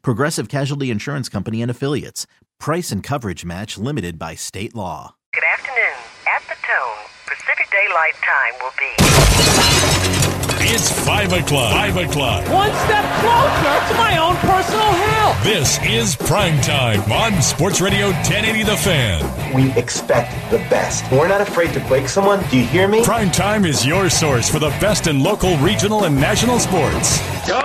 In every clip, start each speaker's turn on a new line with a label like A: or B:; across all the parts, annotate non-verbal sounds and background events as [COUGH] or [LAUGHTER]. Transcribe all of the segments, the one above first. A: Progressive Casualty Insurance Company and Affiliates. Price and coverage match limited by state law.
B: Good afternoon. At the tone, Pacific Daylight Time will be.
C: It's 5 o'clock. 5 o'clock.
D: one step closer to my own personal hell.
C: This is prime time on Sports Radio 1080 The Fan.
E: We expect the best. We're not afraid to break someone. Do you hear me?
C: Prime time is your source for the best in local, regional, and national sports.
F: Go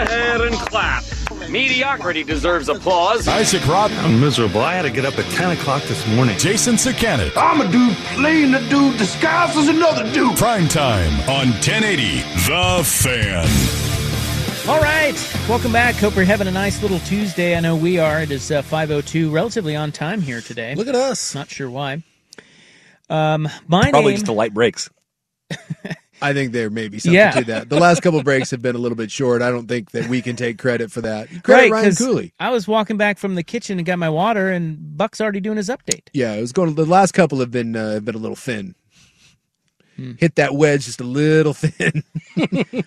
F: ahead and clap. Mediocrity deserves applause.
C: Isaac Rob,
G: I'm miserable. I had to get up at 10 o'clock this morning.
C: Jason Sukanet.
H: I'm a dude playing a dude disguised as another dude.
C: Prime time on 1080 The Fan.
I: All right, welcome back. Hope you're having a nice little Tuesday. I know we are. It is uh, 5:02, relatively on time here today.
J: Look at us.
I: Not sure why. Um, my
F: Probably
I: name.
F: just a light breaks. Uh,
J: I think there may be something
I: Yeah.
J: to that. The
I: [LAUGHS]
J: last couple breaks have been a little bit short. I don't think that we can take credit for that. Credit Ryan
I: 'cause
J: Cooley.
I: I was walking back from the kitchen and got my water, and Buck's already doing his update.
J: Yeah, it was going. The last couple have been uh, have been a little thin.
I: Hmm.
J: Hit that wedge just a little [LAUGHS] thin.
I: [LAUGHS]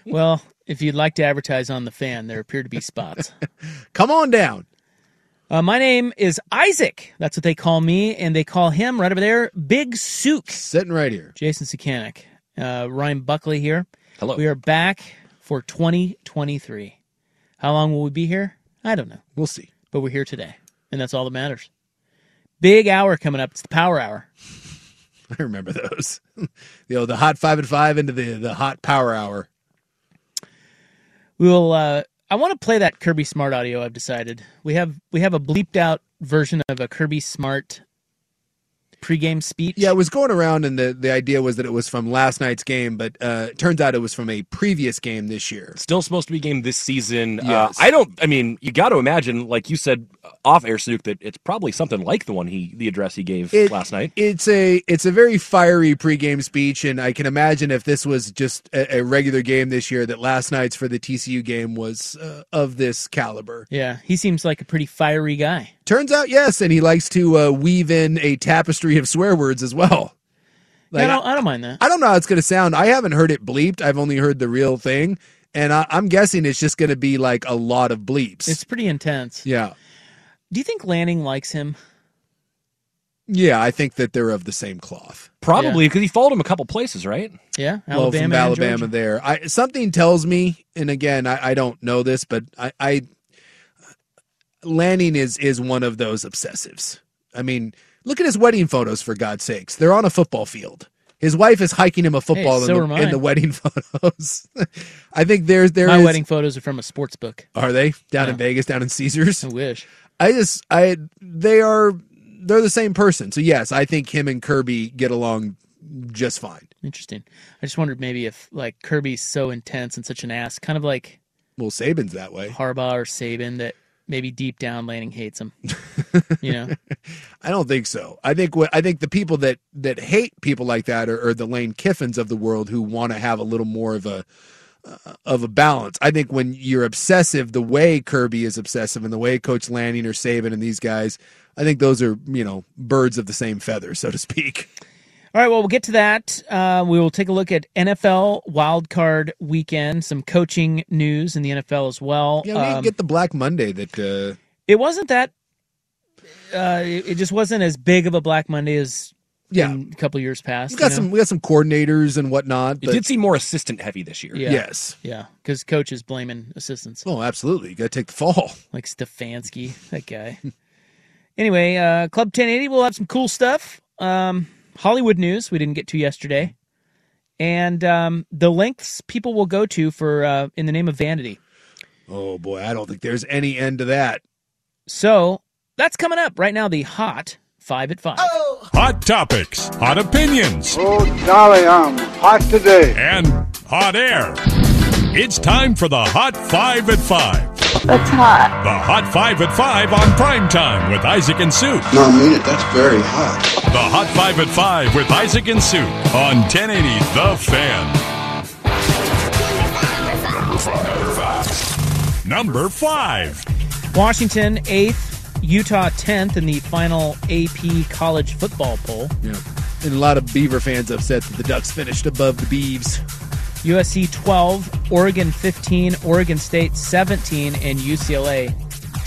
I: Well, if you'd like to advertise on the fan, there appear to be spots.
J: [LAUGHS] Come on down.
I: uh, my name is Isaac. That's what they call me, and they call him right over there, Big Sook.
J: Sitting right here.
I: Jason Sukanic, uh, Ryan Buckley here.
F: Hello.
I: We are back for 2023. How long will we be here? I don't know,
J: We'll see.
I: but we're here today, and that's all that matters. Big hour coming up. It's the power hour.
J: [LAUGHS] I remember those. [LAUGHS] you know, the hot five and five into the the hot power hour.
I: We will. Uh, I want to play that Kirby Smart audio. I've decided we have we have a bleeped out version of a Kirby Smart pregame speech.
J: Yeah, it was going around, and the the idea was that it was from last night's game, but uh, it turns out it was from a previous game this year.
F: Still supposed to be game this season.
J: Yes.
F: Uh, I don't. I mean, you got to imagine, like you said uh, off air, Snook, that it's probably something like the one he, the address he gave
J: It-
F: last night.
J: It's a it's a very fiery pregame speech, and I can imagine if this was just a, a regular game this year, that last night's for the TCU game was uh, of this caliber.
I: yeah. He seems like a pretty fiery guy.
J: Turns out, yes, and he likes to uh, weave in a tapestry of swear words as well.
I: Yeah,
J: Like,
I: I, don't, I don't mind that.
J: I don't know how it's going to sound. I haven't heard it bleeped. I've only heard the real thing, and I, I'm guessing it's just going to be like a lot of bleeps.
I: It's pretty intense.
J: yeah,
I: Do you think Lanning likes him?
J: yeah. I think that they're of the same cloth.
F: Probably because he followed him a couple places, right?
I: Yeah,
J: Well,
I: Alabama. and
J: from Alabama
I: Georgia.
J: there. I something tells me, and again, I, I don't know this, but I, I Lanning is is one of those obsessives. I mean, look at his wedding photos for God's sakes. They're on a football field. His wife is hiking him a football
I: so
J: in,
I: am
J: the,
I: I.
J: in the wedding [LAUGHS] photos. I think there's there
I: My
J: is-
I: wedding photos are from a sports book.
J: Are they down
I: Yeah.
J: in Vegas, down in Caesars?
I: I wish.
J: I just I they are they're the same person. So yes, I think him and Kirby get along just fine.
I: Interesting. I just wondered maybe if like Kirby's so intense and such an ass, kind of like
J: Well, Saban's that way.
I: Harbaugh or Saban, that maybe deep down Lanning hates
J: [LAUGHS]
I: him. you know,
J: I don't think so. I think what I think the people that that hate people like that are, are the Lane Kiffins of the world who want to have a little more of a uh, of a balance. I think when you're obsessive, the way Kirby is obsessive, and the way Coach Lanning or Saban and these guys, I think those are you know birds of the same feather, so to speak.
I: All right, well, we'll get to that. Uh, we will take a look at NFL wildcard weekend, some coaching news in the NFL as well.
J: Yeah, we didn't
I: Um,
J: get the Black Monday that uh,
I: it wasn't that. Uh, it, it just wasn't as big of a Black Monday as
J: yeah.
I: in a couple years past.
J: We got
I: you know?
J: some we got some coordinators and whatnot.
F: It
J: But
F: did seem more assistant heavy this year.
I: Yeah.
J: Yes.
I: yeah, because coach is blaming assistants.
J: Oh, absolutely. You got to take the fall. [LAUGHS]
I: like Stefanski, that guy. Anyway, uh, Club 1080 will have some cool stuff. Um, Hollywood news we didn't get to yesterday, and um, the lengths people will go to for uh, in the name of vanity.
J: Oh boy, I don't think there's any end to that.
I: So that's coming up right now. The hot five at five.
C: Hot topics, hot opinions,
H: Oh, golly, I'm hot today.
C: and hot air. It's time for the Hot Five at Five.
K: That's hot.
C: The Hot Five at Five on prime time with Isaac and Sue. The
H: No, I mean it. That's very hot.
C: Hot Five at Five with Isaac and Sue on 1080 The Fan. Number five.
I: Washington eighth, Utah tenth in the final AP college football poll.
J: Yeah. And a lot of Beaver fans upset that the Ducks finished above the Beavs.
I: USC 12, Oregon 15, Oregon State 17, and UCLA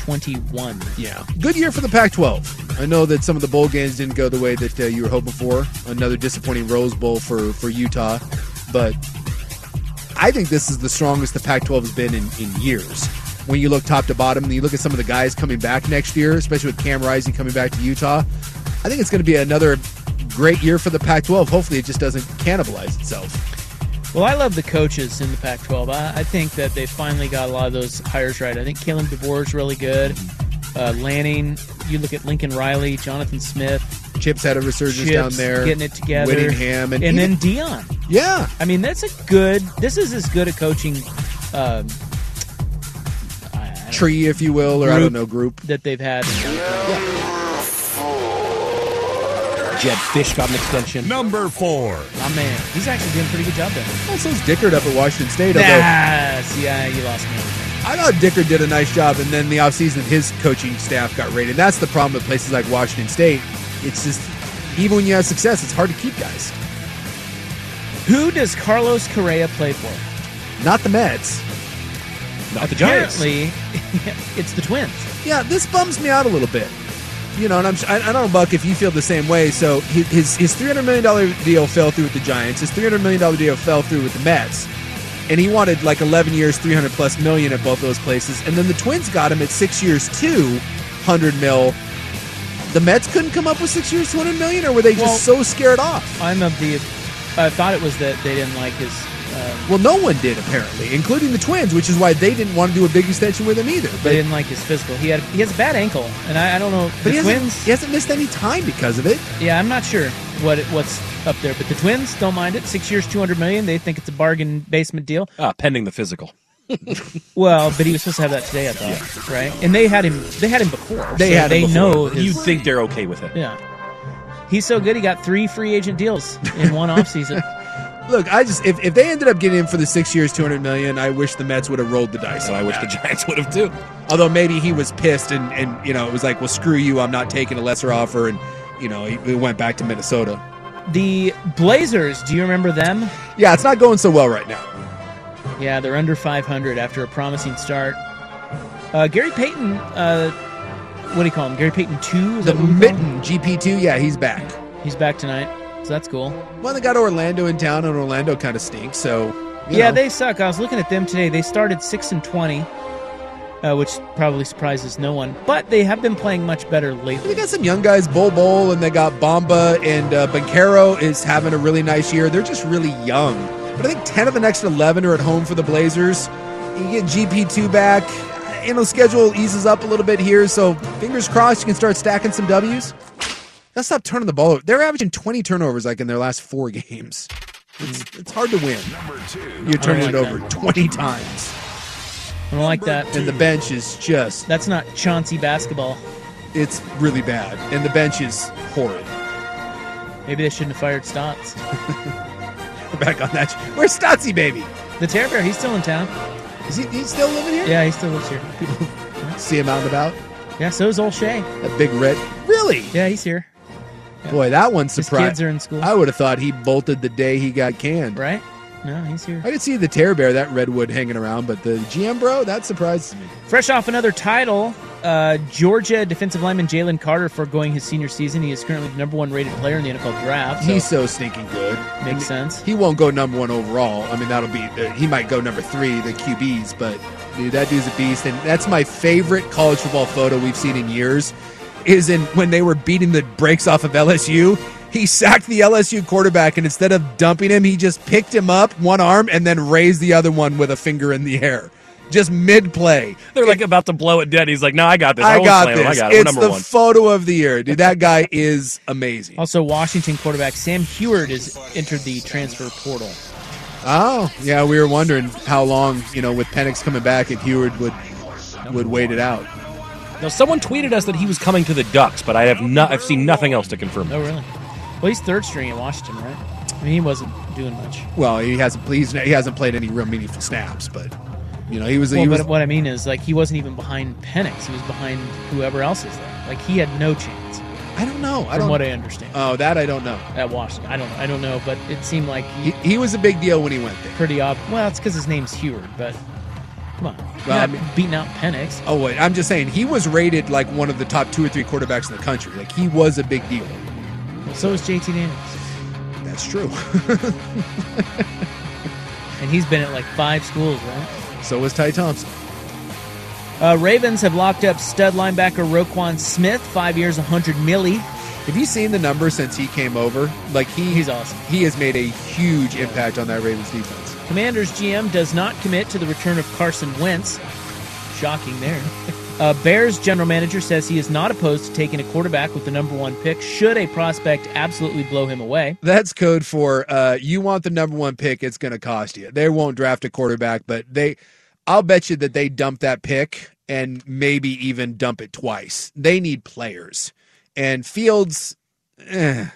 I: 21.
J: Yeah. Good year for the Pac 12. I know that some of the bowl games didn't go the way that uh, you were hoping for. Another disappointing Rose Bowl for, for Utah. But I think this is the strongest the Pac 12 has been in, in years. When you look top to bottom and you look at some of the guys coming back next year, especially with Cam Rising coming back to Utah, I think it's going to be another great year for the Pac 12. Hopefully, it just doesn't cannibalize itself.
I: Well, I love the coaches in the Pac 12. I, I think that they finally got a lot of those hires right. I think Kalen DeBoer is really good. Uh, Lanning, you look at Lincoln Riley, Jonathan Smith,
J: Chips had a resurgence
I: Chips
J: down there.
I: getting it together,
J: Whittingham, and,
I: and then
J: even-
I: Dion.
J: yeah,
I: I mean, that's a good. This is as good a coaching um,
J: tree, if you will, or I
I: Group.
J: don't know, group.
I: that they've had.
F: Jed Fish got an extension.
C: Number four.
I: My man, he's actually doing a pretty good job there.
J: Also's Dickard up at Washington State. Although
I: Nah, see, I, you lost me. [LAUGHS]
J: I thought Dickard did a nice job, and then the offseason, his coaching staff got raided. That's the problem with places like Washington State. It's just even when you have success, it's hard to keep guys.
I: Who does Carlos Correa play for?
J: Not the Mets.
F: Not the Giants.
I: Apparently, it's the Twins.
J: Yeah, this bums me out a little bit. You know, and I'm, I, I don't know, Buck, if you feel the same way. So he- his his three hundred million dollar deal fell through with the Giants. His three hundred million dollar deal fell through with the Mets, and he wanted like eleven years, three hundred plus million at both those places. And then the Twins got him at six years, two hundred mil. The Mets couldn't come up with six years, two hundred million, or were they
I: Well-
J: just so scared off?
I: I'm of the. I thought it was that they didn't like his. Um,
J: Well, no one did apparently, including the Twins, which is why they didn't want to do a big extension with him either.
I: they
J: But
I: didn't like his physical. He had. He has a bad ankle, and I, I don't know.
J: but
I: the
J: he hasn't,
I: Twins.
J: he hasn't missed any time because of it.
I: Yeah, I'm not sure what it, what's up there, but the Twins don't mind it. Six years, two hundred million. They think it's a bargain basement deal.
F: Ah, pending the physical.
I: [LAUGHS] Well, but he was supposed to have that today, I thought, right? And they had him. They had him before.
J: They
I: so
J: had him
I: They
J: before.
I: know. His,
F: You think they're okay with it?
I: Yeah. He's so good, he got three free agent deals in
J: [LAUGHS]
I: one offseason.
J: Look, I just if, if they ended up getting him for the six years, two hundred million, I wish the Mets would have rolled the dice.
F: So Oh, I wish the Giants would have too.
J: Although maybe he was pissed and and you know it was like, well, screw you, I'm not taking a lesser offer, and you know he, he went back to Minnesota.
I: the Blazers, do you remember them?
J: Yeah, it's not going so well right now.
I: Yeah, they're under 500 after a promising start. Uh, Gary Payton, uh, what do you call him? Gary Payton 2? Is
J: The
I: that what we call him?
J: mitten GP two, yeah, he's back.
I: He's back tonight, so that's cool.
J: Well, they got Orlando in town, and Orlando kind of stinks. So you
I: Yeah,
J: know.
I: they suck. I was looking at them today. They started 6 and 20, uh, which probably surprises no one, but they have been playing much better
J: They
I: lately.
J: got some young guys, Bol Bol, and they got Bomba, and uh, Banquero is having a really nice year. They're just really young. But I think 10 of the next 11 are at home for the Blazers. You get GP2 back. You know, schedule eases up a little bit here, so fingers crossed you can start stacking some Ws. Let's stop turning the ball over. They're averaging 20 turnovers like in their last four [LAUGHS] games. It's, it's hard to win. You're turning
I: like
J: it over 20 times.
I: I don't like that.
J: And the bench is just,
I: That's not Chauncey basketball.
J: it's really bad. And the bench is horrid.
I: Maybe they shouldn't have fired Stotts.
J: [LAUGHS] We're back on that. Where's Stotzi, baby?
I: The Terror Bear, he's still in town.
J: Is he he's still living here?
I: Yeah, he still lives here.
J: [LAUGHS] See him out and about.
I: Yeah, so is old Shay.
J: That big red. Really?
I: Yeah, he's here.
J: Boy, that one's
I: His
J: surprised.
I: kids are in school.
J: I would have thought he bolted the day he got canned.
I: Right? No, he's here.
J: I could see the Terror Bear, that redwood hanging around, but the GM bro, that surprises me.
I: Fresh off another title, uh, Georgia defensive lineman Jalen Carter forgoing his senior season. He is currently the number one rated player in the NFL draft. So
J: He's so stinking good.
I: makes sense.
J: He won't go number one overall. I mean, that'll be, uh, he might go number three, the QBs, but dude, that dude's a beast. And that's my favorite college football photo we've seen in years is in when they were beating the brakes off of LSU. He sacked the LSU quarterback, and instead of dumping him, he just picked him up one arm and then raised the other one with a finger in the air, just mid play.
F: They're like about to blow it dead. He's like, "No, I got this. I,
J: I,
F: won't
J: got
F: slam
J: this.
F: Him. I got it. We're
J: it's
F: number
J: the
F: one."
J: photo of the year, dude. That guy is amazing.
I: Also, Washington quarterback Sam Heward has entered the transfer portal.
J: Oh, yeah. We were wondering how long, you know, with Penix coming back, if Heward would would wait it out.
F: now, someone tweeted us that he was coming to the Ducks, but I have not. I've seen nothing else to confirm. it.
I: Oh, really? Well, he's third string at Washington, right? I mean, he wasn't doing much.
J: Well, he hasn't he's, he hasn't played any real meaningful snaps, but you know, he was.
I: Well,
J: he was
I: but what I mean is, like, he wasn't even behind Penix. He was behind whoever else is there. Like, he had no chance, from
J: I don't know. I don't.
I: what I understand,
J: oh, that I don't know.
I: at Washington. I don't, I don't know, but it seemed like
J: He,
I: he
J: he was a big deal when he went there.
I: pretty ob. Well, it's because his name's Heward, but come on, You're
J: Well, I
I: not
J: mean-
I: beating out Penix.
J: Oh wait, I'm just saying he was rated like one of the top two or three quarterbacks in the country. Like he was a big deal.
I: So is JT Daniels,
J: That's true.
I: and he's been at like five schools, right?
J: so was Ty Thompson.
I: Uh, Ravens have locked up stud linebacker Roquan Smith, five years, 100 milli.
J: Have you seen the number since he came over? Like he
I: He's awesome.
J: He has made a huge impact on that Ravens defense.
I: Commanders GM does not commit to the return of Carson Wentz. Shocking there. Uh, Bears general manager says he is not opposed to taking a quarterback with the number one pick should a prospect absolutely blow him away.
J: That's code for uh, you want the number one pick. It's going to cost you. They won't draft a quarterback, but they, I'll bet you that they dump that pick and maybe even dump it twice. They need players, and Fields, eh,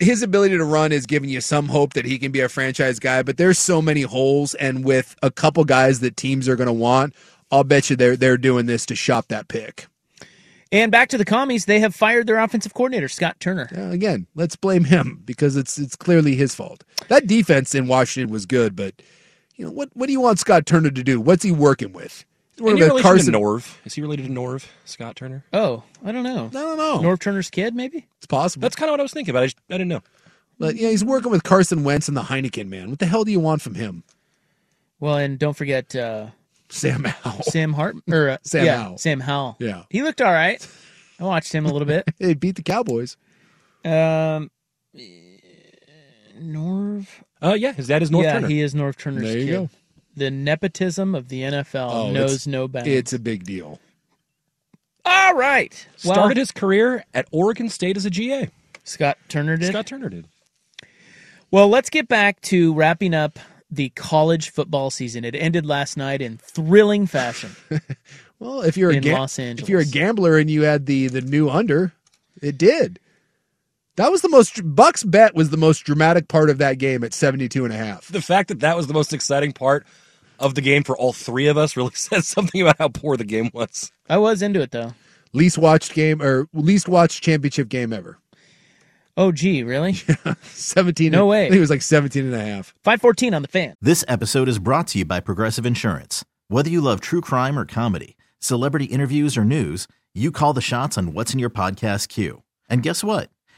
J: his ability to run is giving you some hope that he can be a franchise guy. But there's so many holes, and with a couple guys that teams are going to want, I'll bet you they're they're doing this to shop that pick.
I: And back to the commies, they have fired their offensive coordinator, Scott Turner.
J: Uh, again, let's blame him because it's it's clearly his fault. That defense in Washington was good, but you know what? What do you want Scott Turner to do? What's he working with? He's
F: Any
J: working
F: relation
J: with
F: to
J: Carson.
F: Norv? Is he related to Norv? Scott Turner?
I: Oh, I don't know.
J: I don't know.
I: Norv Turner's kid, maybe?
J: it's possible.
F: That's kind of what I was thinking about. I, just, I didn't know.
J: but yeah, he's working with Carson Wentz and the Heineken man. What the hell do you want from him,
I: Well, and don't forget uh,
J: Sam Howell?
I: Sam
J: [LAUGHS]
I: Hart or uh,
J: Sam
I: yeah,
J: Howell.
I: Sam Howell.
J: Yeah.
I: he looked all right. I watched him a little
J: [LAUGHS]
I: bit.
J: They beat the Cowboys.
I: Um, Norv.
F: Uh, yeah, his dad is Norv
I: yeah,
F: Turner.
I: he is Norv Turner's
J: There you
I: kid.
J: go.
I: The nepotism of the NFL
J: Oh,
I: knows
J: it's-
I: no bounds.
J: It's a big deal.
I: all right. Well,
F: Started his career at Oregon State as a GA.
I: Scott Turner did.
F: Scott Turner did.
I: well, let's get back to wrapping up the college football season. It ended last night in thrilling
F: [LAUGHS]
I: fashion.
J: Well, if you're a
I: In
J: gam-
I: Los Angeles.
J: if you're a gambler and you had the the new under, it did. That was the most Bucks bet was the most dramatic part of that game at 72 and a half.
F: The fact that that was the most exciting part of the game for all three of us really [LAUGHS] says something about how poor the game was.
I: I was into it though.
J: least watched game or least watched championship game ever.
I: Oh, gee,
J: [LAUGHS]
I: really?
J: 17
I: No way.
J: I think it was like 17 and a half.
I: 514 on the fan.
A: This episode is brought to you by Progressive Insurance. Whether you love true crime or comedy, celebrity interviews or news, you call the shots on what's in your podcast queue. And guess what?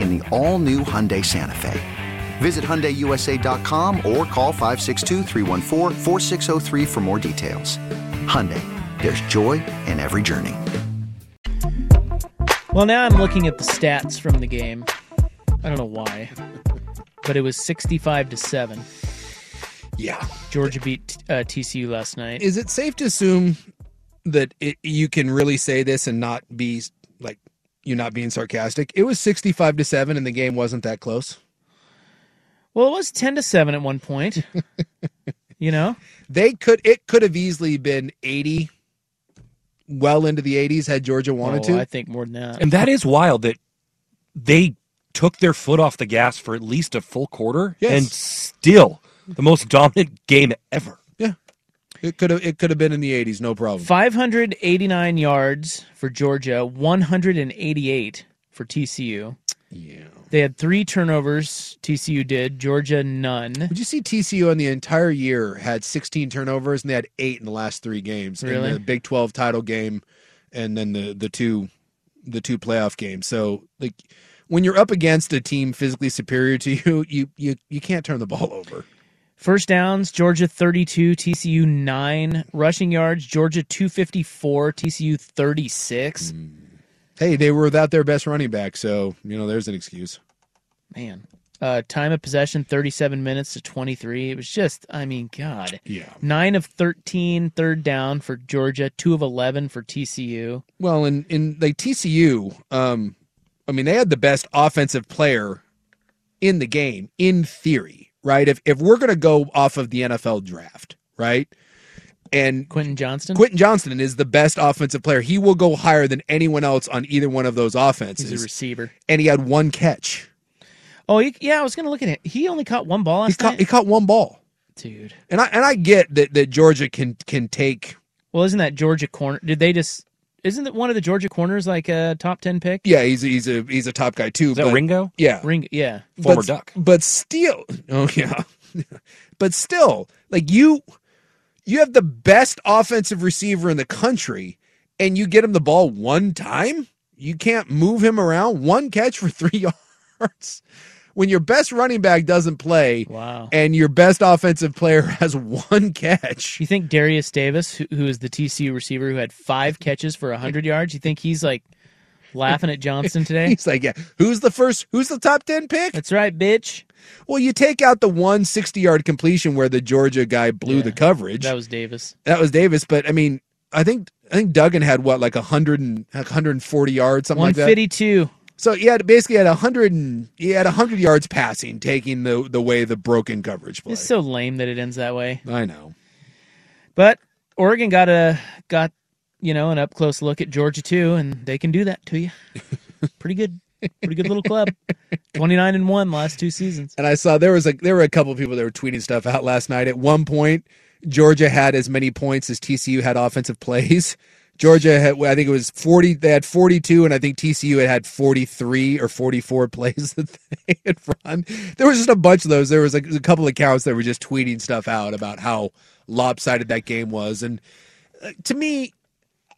L: in the all new Hyundai Santa Fe. Visit HyundaiUSA.com or call 562-314-4603 for more details. Hyundai, there's joy in every journey.
I: Well, now I'm looking at the stats from the game. I don't know why, but it was 65 to 7.
J: Yeah.
I: Georgia beat uh, TCU last night.
J: Is it safe to assume that it, you can really say this and not be like you not being sarcastic? It was 65 to 7 and the game wasn't that close.
I: Well, it was 10 to 7 at one
J: [LAUGHS]
I: point. you know?
J: They could it could have easily been 80 well into the 80s had Georgia wanted
I: Oh,
J: to.
I: I think more than that.
F: And that is wild that they took their foot off the gas for at least a full quarter
J: Yes.
F: and still the most dominant game ever.
J: yeah. It could have it could have been in the 80s, no problem.
I: 589 yards for Georgia, 188 for TCU.
J: Yeah.
I: They had three turnovers, TCU did, Georgia none.
J: Did you see TCU on the entire year had 16 turnovers and they had 8 in the last 3 games
I: Really?
J: in the Big 12 title game and then the the two the two playoff games. So like when you're up against a team physically superior to [LAUGHS] you, you you you can't turn the ball over.
I: First downs, Georgia 32, TCU 9. Rushing yards, Georgia 254, TCU 36.
J: Hmm. Hey, they were without their best running back, so you know there's an excuse.
I: Man. Uh, time of possession, 37 minutes to 23. It was just, I mean, God.
J: Yeah.
I: 9 of 13, third down for Georgia, 2 of 11 for TCU.
J: Well, and in like TCU, um, I mean they had the best offensive player in the game in theory, right? If if we're gonna go off of the NFL draft, right? And
I: Quentin Johnston?
J: Quentin Johnston is the best offensive player. He will go higher than anyone else on either one of those offenses.
I: He's a receiver.
J: and he had one catch.
I: Oh, he, yeah, I was going to look at it. He only caught one ball
J: He
I: last
J: caught,
I: night.
J: he caught one ball.
I: Dude.
J: And I and I get that, that Georgia can can take
I: Well, isn't that Georgia corner? Did they just. Isn't that one of the Georgia corners like a top 10 pick?
J: yeah, he's he's a he's a top guy too.
F: Is that
J: but-
F: Ringo?
J: Yeah.
I: Ring, yeah.
F: Former
J: but,
F: Duck.
J: But still, [LAUGHS] oh yeah, but still, like you, you have the best offensive receiver in the country, and you get him the ball one time. You can't move him around. One catch for [LAUGHS] three yards. When your best running back doesn't play,
I: Wow.
J: and your best offensive player [LAUGHS] has one catch,
I: You think Darius Davis, who, who is the TCU receiver who had five catches for 100 yards, you think he's like laughing at Johnston today?
J: [LAUGHS] he's like, "Yeah, who's the first? Who's the top ten pick?"
I: That's right, bitch.
J: Well, you take out the one 60-yard completion where the Georgia guy blew the coverage.
I: That was Davis.
J: that was Davis. But I mean, I think I think Duggan had what like a hundred and like 140 yards, something like that.
I: 152.
J: So he had basically had a hundred and he had a hundred yards passing, taking the the way the broken coverage play.
I: It's so lame that it ends that way.
J: I know.
I: But Oregon got a got you know an up close look at Georgia too, and they can do that to
J: [LAUGHS]
I: you. Pretty good, pretty good little club. Twenty nine and one last two seasons.
J: And I saw there was like there were a couple of people that were tweeting stuff out last night. At one point, Georgia had as many points as TCU had offensive plays. [LAUGHS] Georgia had I think it was 40 they had 42 and I think TCU had had 43 or 44 [LAUGHS] plays that they had run. There was just a bunch of those. There was like a couple of accounts that were just tweeting stuff out about how lopsided that game was and uh, to me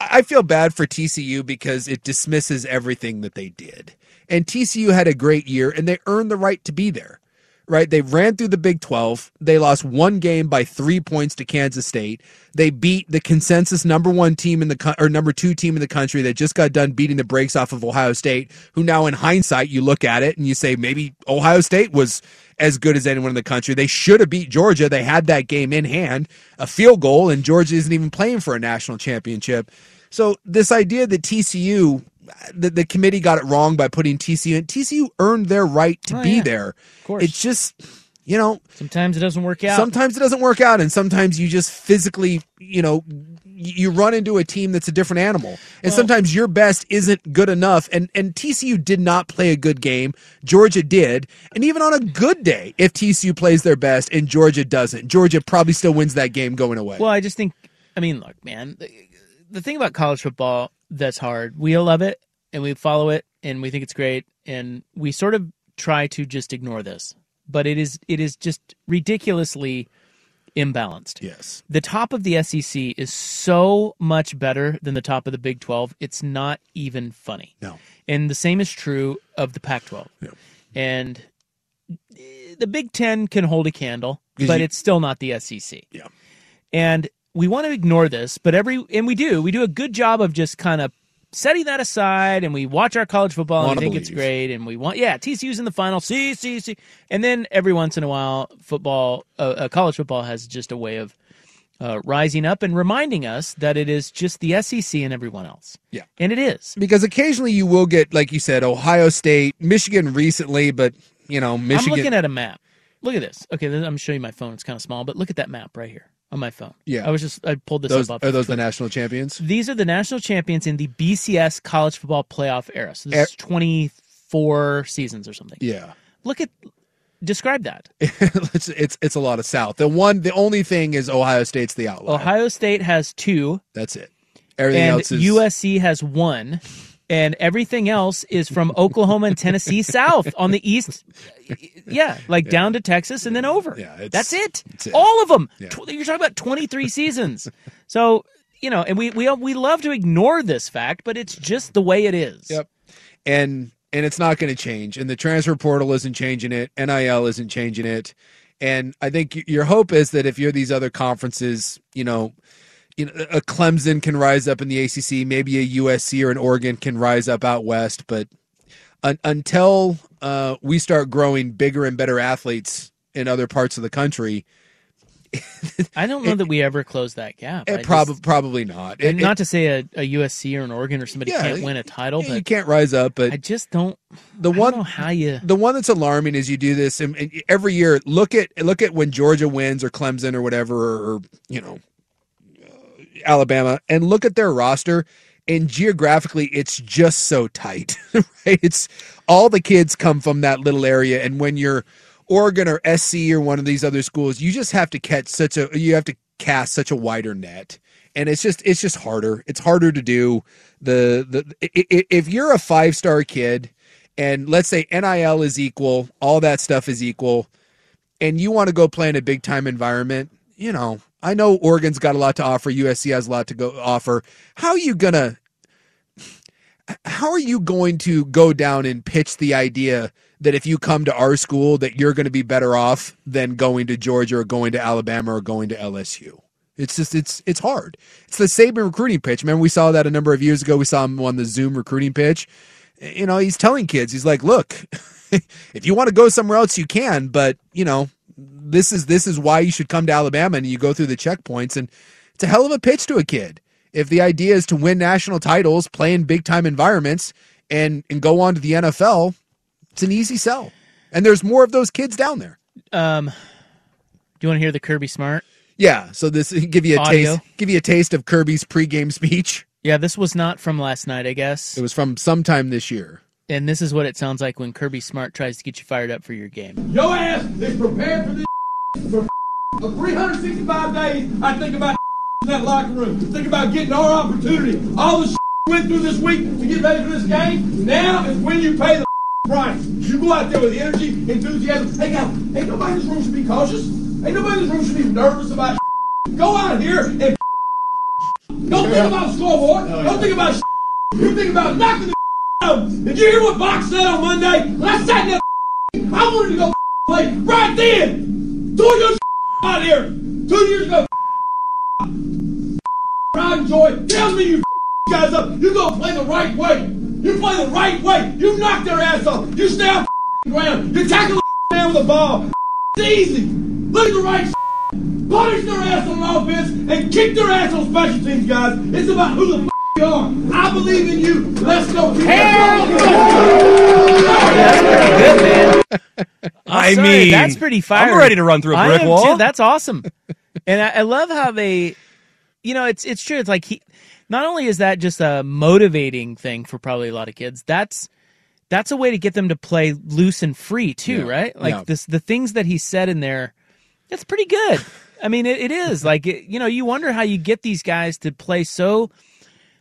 J: I feel bad for TCU because it dismisses everything that they did. And TCU had a great year and they earned the right to be there, right? They ran through the Big 12. They lost one game by three points to Kansas State. They beat the consensus number one team in the co- or number two team in the country that just got done beating the brakes off of Ohio State, who now in hindsight, you look at it and you say maybe Ohio State was as good as anyone in the country. They should have beat Georgia. They had that game in hand, a field goal, and Georgia isn't even playing for a national championship. So this idea that TCU, that the committee got it wrong by putting TCU in, TCU earned their right to
I: Oh,
J: be
I: yeah.
J: there.
I: course.
J: It's just, you know,
I: Sometimes it doesn't work out.
J: sometimes it doesn't work out, and sometimes you just physically, you know, you run into a team that's a different animal, and sometimes your best isn't good enough. And and TCU did not play a good game. Georgia did, and even on a good day, if TCU plays their best and Georgia doesn't, Georgia probably still wins that game going away.
I: Well, I just think I mean, look, man, the, the thing about college football that's hard, we love it and we follow it and we think it's great and we sort of try to just ignore this, but it is it is just ridiculously imbalanced.
J: Yes.
I: The top of the SEC is so much better than the top of the Big 12. It's not even funny.
J: No.
I: And the same is true of the Pac 12. And eh, the Big 10 can hold a candle,
J: Is
I: but
J: you-
I: it's still not the E SEC.
J: Yeah.
I: And we want to ignore this, but every, and we do, we do a good job of just kind of setting that aside and we watch our college football and
J: Wanna
I: we think it's
J: believe.
I: great and we want, yeah, TCU's in the final, see, see, see. And then every once in a while, football, uh, uh, college football has just a way of uh, rising up and reminding us that it is just the SEC and everyone else.
J: Yeah.
I: And it is.
J: Because occasionally you will get, like you said, Ohio State, Michigan recently, but you know, Michigan.
I: I'm looking at a map. Look at this. Okay, this, I'm showing my phone. It's kind of small, but look at that map right here on my phone.
J: Yeah.
I: I was just I pulled this
J: those,
I: up. off
J: are
I: of
J: those the
I: Twitter.
J: national champions?
I: These are the national champions in the BCS college football playoff era. So this
J: Er-
I: is 24 seasons or something.
J: Yeah. [LAUGHS]
I: Look at describe that.
J: it's, it's it's a lot of South. The one, the only thing is Ohio State's the outlier.
I: Ohio State has 2
J: That's it. Everything
I: and
J: else is
I: USC has 1 and everything else is
J: [LAUGHS]
I: from Oklahoma and Tennessee south on the east yeah, like down to Texas and then over.
J: Yeah, it's-
I: that's it.
J: it's it.
I: All of them.
J: Yeah.
I: Tw- you're talking about 23 seasons. So you know, and we we we love to ignore this fact, but it's just the way it is.
J: Yep. and and it's not going to change. And the transfer portal isn't changing it. NIL isn't changing it. And I think y- your hope is that if you're these other conferences, you know, you know, a Clemson can rise up in the ACC. Maybe a USC or an Oregon can rise up out west. But un- until uh, we start growing bigger and better athletes in other parts of the country,
I: I don't know that we ever close that gap. I
J: it
I: just-
J: Eh, prob- probably not. It-
I: and
J: it-
I: not to say a, a USC or an Oregon or somebody
J: Yeah,
I: can't win a title,
J: you
I: but
J: can't rise up, but
I: I just don't.
J: the
I: I
J: one
I: don't know how you.
J: the one that's alarming is you do this and, and every year look at look at when georgia wins or clemson or whatever or, you know uh, alabama and look at their roster and geographically it's just so tight [LAUGHS] right it's all the kids come from that little area and when you're oregon or sc or one of these other schools you just have to catch such a you have to cast such a wider net and it's just it's just harder it's harder to do the the i- i- if you're a five star kid and let's say NIL is equal, all that stuff is equal, and you want to go play in a big time environment, you know, I know Oregon's got a lot to offer, USC has a lot to go offer. How are you gonna how are you going to go down and pitch the idea that if you come to our school that you're going to be better off than going to Georgia or going to Alabama or going to LSU? It's just it's it's hard. It's the Saban recruiting pitch. Remember we saw that a number of years ago. We saw him on the Zoom recruiting pitch Eh, you know, he's telling kids, he's like, look, [LAUGHS] if you want to go somewhere else, you can, but you know, this is this is why you should come to Alabama and you go through the checkpoints and it's a hell of a pitch to a kid. If the idea is to win national titles, play in big time environments, and and go on to the NFL, it's an easy sell. And there's more of those kids down there.
I: Um, do you want to hear the Kirby Smart?
J: Yeah. So this [LAUGHS] give you a
I: Audio.
J: taste give you a taste of Kirby's pregame speech.
I: Yeah, this was not from last night, I guess.
J: It was from sometime this year.
I: and this is what it sounds like when Kirby Smart tries to get you fired up for your game.
H: Your ass is prepared for this for 365 days. I think about [LAUGHS] in that locker room. Think about getting our opportunity. All the [LAUGHS] went through this week to get ready for this game. Now is when you pay the [LAUGHS] price. You go out there with energy, enthusiasm. Hey guys, ain't nobody in this room should be cautious. Ain't nobody in this room should be nervous about. [LAUGHS] Go out here and [LAUGHS] don't think about scoreboard. Don't think about. [LAUGHS] You think about knocking the [LAUGHS] out. Did you hear what Box said on Monday? When I sat in that I wanted to go play right then. Throw your out here. Two years ago, Ryan Joy tells me you guys up. You go play the right way. You play the right way. You knock their ass off. You stay on ground. You tackle the man with a ball. It's easy. Look at the right. Punish their ass on offense and kick their ass on special teams, guys. It's about who the you are. I believe in you. Let's go.
I: Good man. i
F: I mean,
I: that's pretty fiery.
F: I'm ready to run through a
I: I
F: brick
I: am
F: wall.
I: too. That's awesome. [LAUGHS] and I, I love how they, you know, it's it's true. It's like he, not only is that just a motivating thing for probably a lot of kids. That's that's a way to get them to play loose and free too, right? Like
J: Yeah.
I: this, the things that he said in there That's pretty good. I mean, it, it is like it, you know, you wonder how you get these guys to play so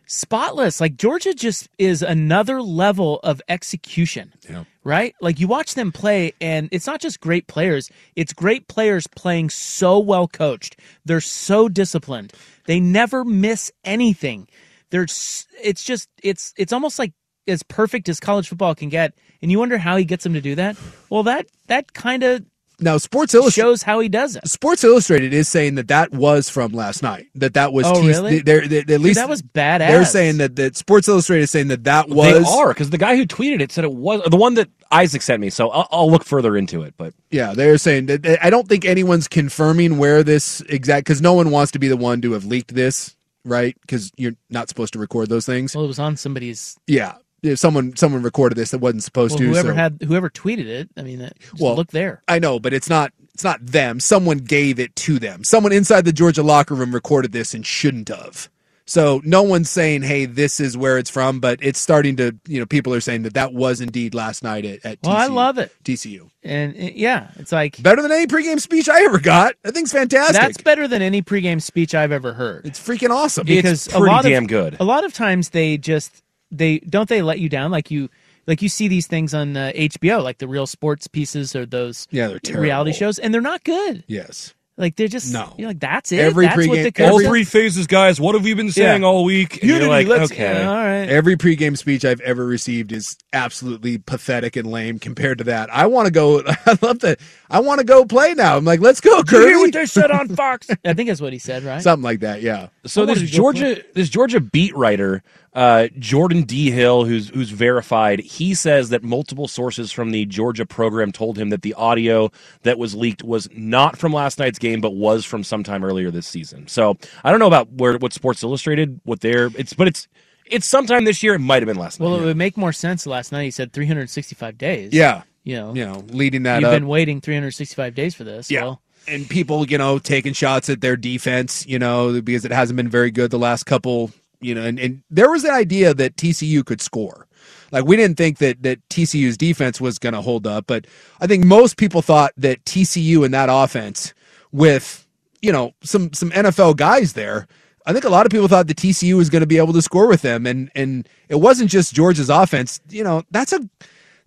I: spotless. Like Georgia just is another level of execution,
J: Yeah.
I: right? Like you watch them play, and it's not just great players; it's great players playing so well coached. They're so disciplined. They never miss anything. They're s- it's just it's it's almost like as perfect as college football can get. And you wonder how he gets them to do that. Well, that that kind of
J: now Sports Illustrated
I: shows how he does it.
J: Sports Illustrated is saying that that was from last night. That that was
I: Oh,
J: teased-
I: really?
J: They're, they're- at
I: Dude,
J: least
I: that was badass.
J: They're saying that that Sports Illustrated is saying that that was
F: they are because the guy who tweeted it said it was the one that Isaac sent me. So I'll, I'll look further into it. But
J: Yeah, they're saying that that- I don't think anyone's confirming where this exact because no one wants to be the one to have leaked this, right? Because you're not supposed to record those things.
I: Well, it was on somebody's.
J: Yeah, If someone someone recorded this that wasn't supposed
I: Well,
J: to.
I: whoever
J: so-
I: had whoever tweeted it. I mean, that, just
J: Well,
I: look there.
J: I know, but it's not it's not them. Someone gave it to them. Someone inside the Georgia locker room recorded this and shouldn't have. So no one's saying, "Hey, this is where it's from," but it's starting to you know people are saying that that was indeed last night at, at
I: Well, I
J: TCU
I: love it.
J: TCU.
I: And it- yeah, it's like
J: better than any pregame speech I ever got. That thing's fantastic.
I: that's better than any pregame speech I've ever heard.
J: It's freaking awesome.
I: because a lot of,
F: good.
I: A lot of times they just they don't they let you down like you like you see these things on uh, HBO like the real sports pieces or those
J: Yeah, they're terrible.
I: reality shows and they're not good.
J: Yes.
I: Like they're just
J: No.
I: You're like that's it.
J: Every
I: that's what
J: pregame-
I: the
J: every-
I: coach-
F: three phases, guys. What have we been saying
J: Yeah.
F: all week? And you're like, okay,
I: right.
J: Every pregame speech I've ever received is absolutely pathetic and lame compared to that. I want to go. [LAUGHS] I love to. I want to go play now. I'm like, let's go, Kirby. [LAUGHS]
I: on Fox? I think that's what he said, right?
J: Something like that. Yeah.
F: So this Georgia this Georgia beat writer uh, Jordan D Hill, who's who's verified, he says that multiple sources from the Georgia program told him that the audio that was leaked was not from last night's game, but was from sometime earlier this season. So I don't know about where what Sports Illustrated, what their it's, but it's it's sometime this year. It might have been last night.
I: Well, it would make more sense. Last night he said 365 days.
J: Yeah.
I: You know,
J: You know, leading that
I: you've
J: up.
I: been waiting 365 days for this.
J: yeah.
I: Well,
J: and people, you know, taking shots at their defense, you know, because it hasn't been very good the last couple, you know, and, and there was an idea that TCU could score. Like we didn't think that that TCU's defense was going to hold up, but I think most people thought that TCU and that offense with, you know, some some NFL guys there, I think a lot of people thought that TCU was going to be able to score with them and and it wasn't just Georgia's offense, you know, that's a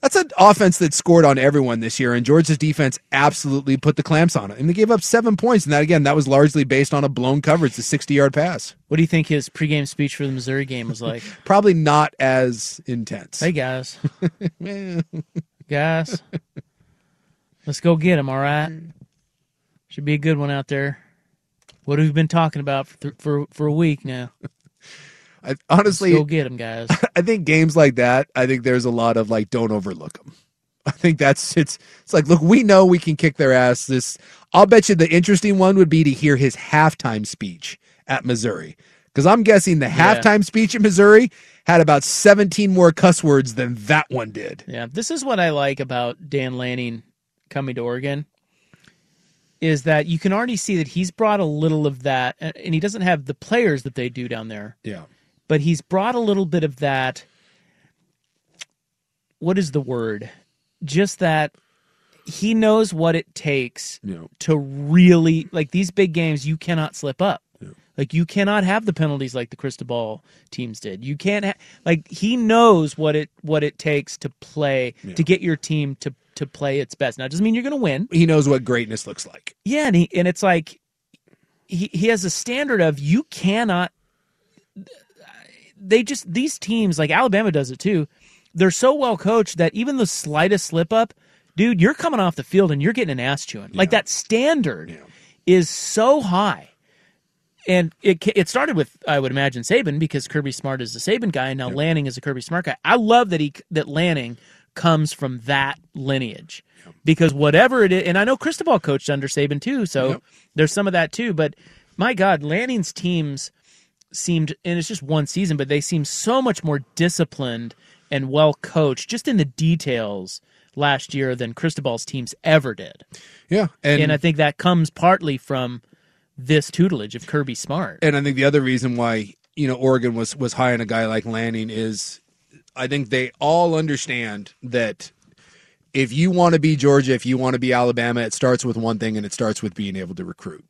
J: that's an offense that scored on everyone this year, and Georgia's defense absolutely put the clamps on it. And they gave up seven points, and that again, that was largely based on a blown coverage, the sixty-yard pass.
I: what do you think his pregame speech for the Missouri game was like?
J: Probably not as intense.
I: hey guys,
J: [LAUGHS]
I: guys, let's go get him. All right.
J: Mm.
I: Should be a good one out there. What have we been talking about for th- for for a week now?
J: [LAUGHS] I,
I: let's
J: honestly,
I: go get him, guys.
J: [LAUGHS] I think games like that. I think there's a lot of like, don't overlook them. I think that's it's. It's like, look, we know we can kick their ass. This, I'll bet you, the interesting one would be to hear his halftime speech at Missouri, because I'm guessing the
I: Yeah.
J: halftime speech at Missouri had about 17 more cuss words than that one did.
I: Yeah, this is what I like about Dan Lanning coming to Oregon is that you can already see that he's brought a little of that and and he doesn't have the players that they do down there,
J: Yeah.
I: but he's brought a little bit of that what is the word? Just that he knows what it takes
J: Yeah.
I: to really like these big games you cannot slip up. Like you cannot have the penalties like the Cristobal teams did. You can't ha- like he knows what it what it takes to play to get your team to to play its best. Now it doesn't mean you're going to win.
J: He knows what greatness looks like.
I: Yeah, and he, and it's like he he has a standard of you cannot. They just these teams like Alabama does it too. They're so well coached that even the slightest slip up, dude, you're coming off the field and you're getting an ass chewing. Like that standard is so high, and it ca- it started with I would imagine Saban because Kirby Smart is a Saban guy, and now Lanning is a Kirby Smart guy. I love that he that Lanning comes from that lineage because whatever it is, and I know Cristobal coached under Saban too, so there's some of that too. But my God, Lanning's teams seemed, and it's just one season, but they seem so much more disciplined and well coached, just in the details last year than Cristobal's teams ever did.
J: Yeah.
I: And, I think that comes partly from this tutelage of Kirby Smart.
J: And I think the other reason why you know Oregon was was high on a guy like Lanning is, I think they all understand that if you want to be Georgia, if you want to be Alabama, it starts with one thing, and it starts with being able to recruit.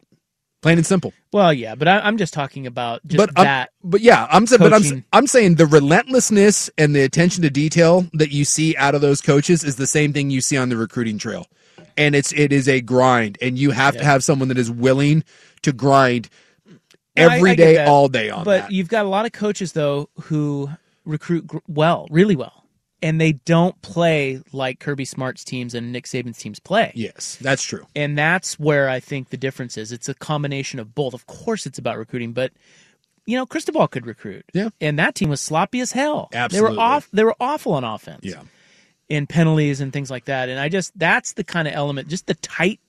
J: Plain and simple.
I: Well, yeah, but I, am just talking about just
J: but
I: that.
J: I'm, but yeah, I'm saying, but
I: coaching.
J: I'm I'm saying the relentlessness and the attention to detail that you see out of those coaches is the same thing you see on the recruiting trail, and it's it is a grind, and you have to
I: Yeah.
J: have someone that is willing to grind
I: No, I-
J: every
I: I get
J: day,
I: that.
J: all day on
I: But
J: that.
I: you've got a lot of coaches though who recruit gr- well, really well, and they don't play like Kirby Smart's teams and Nick Saban's teams play.
J: Yes, that's true.
I: And that's where I think the difference is. It's a combination of both. Of course, it's about recruiting, but you know, Cristobal could recruit.
J: Yeah.
I: And that team was sloppy as hell. They
J: Absolutely.
I: were off. They were awful on offense.
J: Yeah.
I: And penalties and things like that. And I just that's the kind of element, just the tight,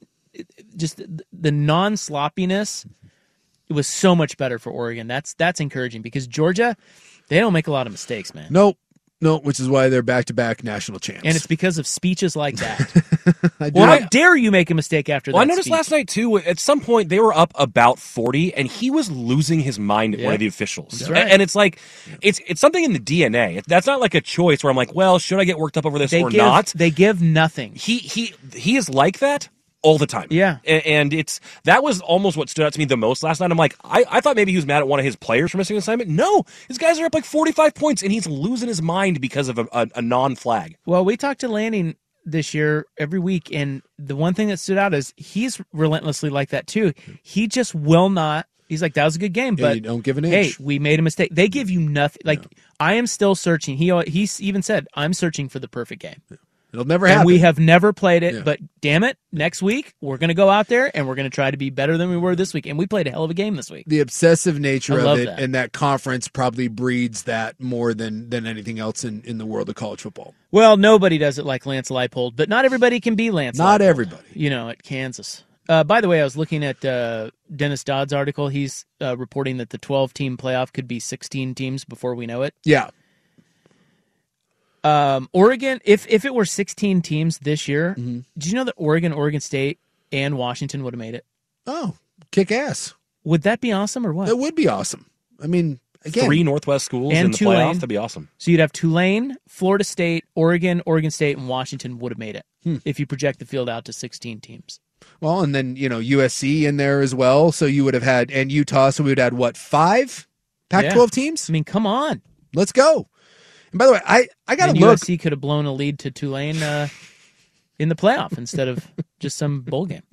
I: just the- the non sloppiness. It was so much better for Oregon. That's that's encouraging because Georgia, they don't make a lot of mistakes, man.
J: Nope, nope. Which is why they're back to back national champs.
I: And it's because of speeches like that.
J: [LAUGHS] I do
I: well,
J: like-
I: how dare you make a mistake after
F: Well, I
I: that?
F: noticed
I: speech?
F: last night too. At some point, they were up about forty, and he was losing his mind at
I: Yeah.
F: one of the officials.
I: That's right.
F: And it's like, it's it's something in the DNA. That's not like a choice where I'm like, well, should I get worked up over this
I: they
F: or
I: give,
F: not?
I: They give nothing.
F: He he he is like that all the time.
I: Yeah.
F: A- and it's that was almost what stood out to me the most last night. I'm like, I, I thought maybe he was mad at one of his players for missing an assignment. No, his guys are up like 45 points, and he's losing his mind because of a, a, a non-flag.
I: Well, we talked to Lanning this year every week, and the one thing that stood out is he's relentlessly like that too. He just will not. He's like, that was a good game,
J: Yeah,
I: but
J: you don't give an
I: hey,
J: inch.
I: we made a mistake. They give you nothing. Like I am still searching. He he even said, I'm searching for the perfect game.
J: It'll never
I: And
J: happen.
I: we have never played it,
J: Yeah.
I: but damn it, next week we're gonna go out there and we're gonna try to be better than we were this week. And we played a hell of a game this week.
J: the obsessive
I: I
J: nature of
I: love
J: it
I: that.
J: and uh, that conference probably breeds that more than than anything else in in the world of college football.
I: Well, nobody does it like Lance Leipold, but not everybody can be Lance.
J: Not
I: Leipold,
J: everybody.
I: you know, at Kansas. Uh, by the way, I was looking at uh, Dennis Dodd's article. He's uh, reporting that the 12 team playoff could be 16 teams before we know it.
J: Yeah.
I: Um, Oregon, if if it were 16 teams this year,
J: Mm-hmm.
I: did you know that Oregon, Oregon State, and Washington would have made it?
J: Oh, kick ass.
I: Would that be awesome or what?
J: That would be awesome. I mean, again,
F: Three Northwest schools
I: And
F: in the
I: Tulane.
F: playoff. That'd be awesome.
I: So you'd have Tulane, Florida State, Oregon, Oregon State, and Washington would have made it
J: Hmm.
I: if you project the field out to 16 teams.
J: well, and then you know USC in there as well. So you would have had and Utah. So we would have had what five Pac-12
I: Yeah.
J: teams?
I: I mean, come on.
J: Let's go. And by the way, I I gotta
I: and
J: look.
I: USC could have blown a lead to Tulane uh, in the playoff instead
J: [LAUGHS]
I: of just some bowl game.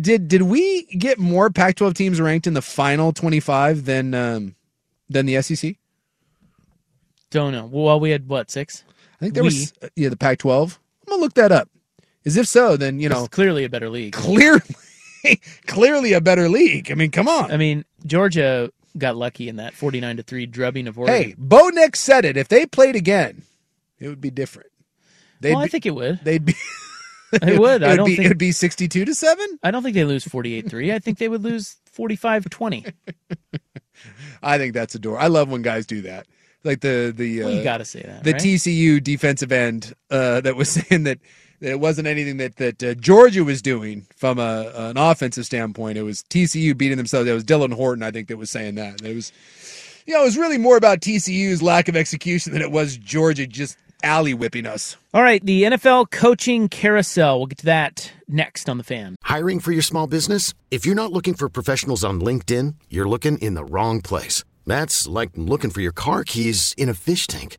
J: Did did we get more Pac-12 teams ranked in the final 25 than um than the SEC?
I: Don't know. Well, we had what six?
J: I think there
I: We.
J: was uh, yeah the Pac-12. I'm gonna look that up. As if so, then you know
I: It's clearly a better league.
J: clearly, [LAUGHS] clearly a better league. I mean, come on.
I: I mean, Georgia got lucky in that forty-nine to three drubbing of Oregon.
J: hey, Bo Nick said it. If they played again, it would be different. They'd
I: well, I
J: be,
I: think it would.
J: they'd be.
I: [LAUGHS] It would.
J: It
I: I
J: would
I: don't
J: be.
I: think-
J: It would be sixty-two to seven.
I: I don't think they lose forty-eight-three. I think they would lose
J: [LAUGHS]
I: 45-20.
J: I think that's adorable. I love when guys do that. Like the the uh,
I: Well, you got to say that.
J: the
I: right?
J: TCU defensive end uh, that was [LAUGHS] saying that, that it wasn't anything that that uh, Georgia was doing from a, an offensive standpoint. It was TCU beating themselves. It was Dylan Horton, I think, that was saying that. And it was, you know, it was really more about TCU's lack of execution than it was Georgia just alley whipping us.
I: All right, the NFL coaching carousel. We'll get to that next on the fan.
M: Hiring for your small business? If you're not looking for professionals on LinkedIn, you're looking in the wrong place. That's like looking for your car keys in a fish tank.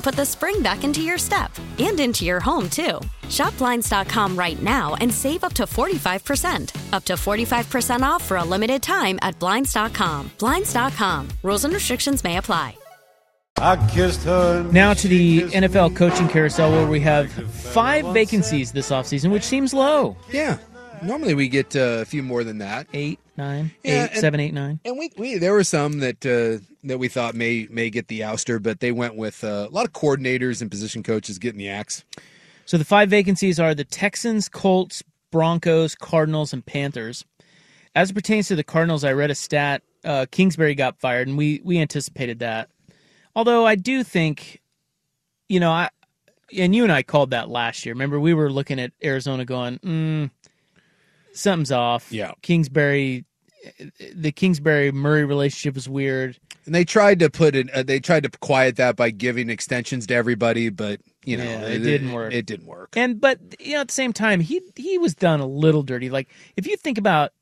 N: put the spring back into your step and into your home, too. Shop Blinds.com right now and save up to 45%. Up to 45% off for a limited time at Blinds.com. Blinds.com. Rules and restrictions may apply.
I: I kissed her. Now to the NFL coaching carousel where we have five vacancies this offseason, which seems low.
J: Yeah. Normally we get uh, a few more than that.
I: Eight, nine,
J: Yeah,
I: eight,
J: and-
I: seven, eight, nine.
J: And we, we there were some that uh, that we thought may may get the ouster, but they went with uh, a lot of coordinators and position coaches getting the axe.
I: So the five vacancies are the Texans, Colts, Broncos, Cardinals, and Panthers. As it pertains to the Cardinals, I read a stat. Uh, Kingsbury got fired, and we we anticipated that. Although I do think, you know, I and you and I called that last year. Remember, we were looking at Arizona, going, mm, something's off. Yeah, Kingsbury, the Kingsbury Murray relationship was weird.
J: And they tried to put it. Uh, they tried to quiet that by giving extensions to everybody, but you know
I: Yeah, it didn't work.
J: It didn't work.
I: And but you know, at the same time, he he was done a little dirty. Like if you think about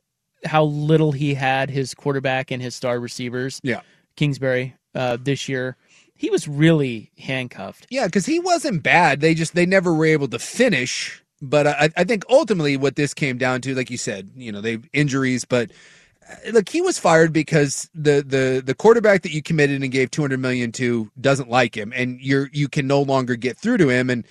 I: how little he had his quarterback and his star receivers,
J: yeah,
I: Kingsbury uh, this year, he was really handcuffed. [LAUGHS]
J: Yeah, because he wasn't bad. They just they never were able to finish. But I, I think ultimately what this came down to, like you said, you know, they injuries. But uh, look, he was fired because the the the quarterback that you committed and gave two hundred million to doesn't like him, and you're you can no longer get through to him, and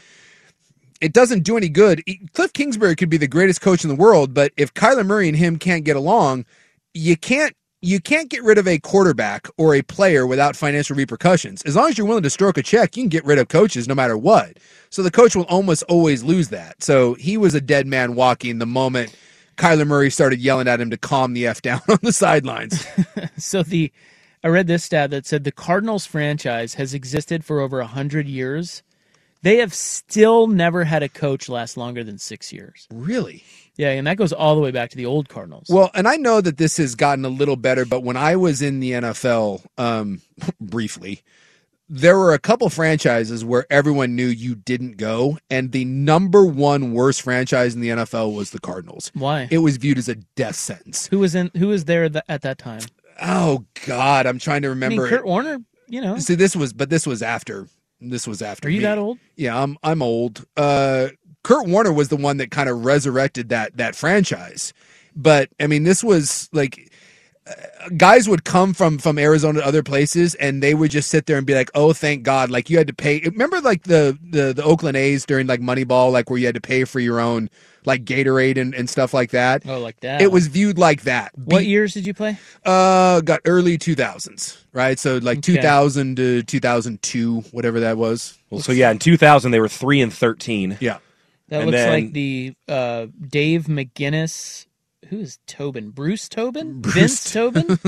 J: it doesn't do any good. E- Cliff Kingsbury could be the greatest coach in the world, but if Kyler Murray and him can't get along, you can't you can't get rid of a quarterback or a player without financial repercussions. As long as you're willing to stroke a check, you can get rid of coaches no matter what. So the coach will almost always lose that. So he was a dead man walking the moment Kyler Murray started yelling at him to calm the f down [LAUGHS] on the sidelines.
I: so the I read this stat that said the Cardinals franchise has existed for over hundred years. They have still never had a coach last longer than six years.
J: Really?
I: Yeah, and that goes all the way back to the old Cardinals.
J: Well, and I know that this has gotten a little better, but when I was in the NFL um, [LAUGHS] briefly, there were a couple franchises where everyone knew you didn't go, and the number one worst franchise in the NFL was the Cardinals.
I: Why?
J: It was viewed as a death sentence.
I: Who was in? Who was there th- at that time?
J: Oh God, I'm trying to remember.
I: I mean, Kurt Warner. You know,
J: See, this was, but this was after. This was after.
I: Are you
J: me.
I: that old?
J: Yeah, I'm. I'm old. Uh, Kurt Warner was the one that kind of resurrected that that franchise. But I mean, this was like uh, guys would come from from Arizona to other places, and they would just sit there and be like, "Oh, thank God!" Like you had to pay. Remember, like the the the Oakland A's during like Moneyball, like where you had to pay for your own like Gatorade and, and stuff like that.
I: Oh, like that.
J: It was viewed like that.
I: What years did you play?
J: Uh, got early 2000s, right? So like 2000 to 2002, whatever that was.
F: Well, so yeah, in 2000 they were three and 13.
J: Yeah,
I: That
F: And
I: looks
F: then-
I: like the uh, Dave McGinnis. Who is Tobin? Bruce Tobin? Vince
J: [LAUGHS]
I: Tobin?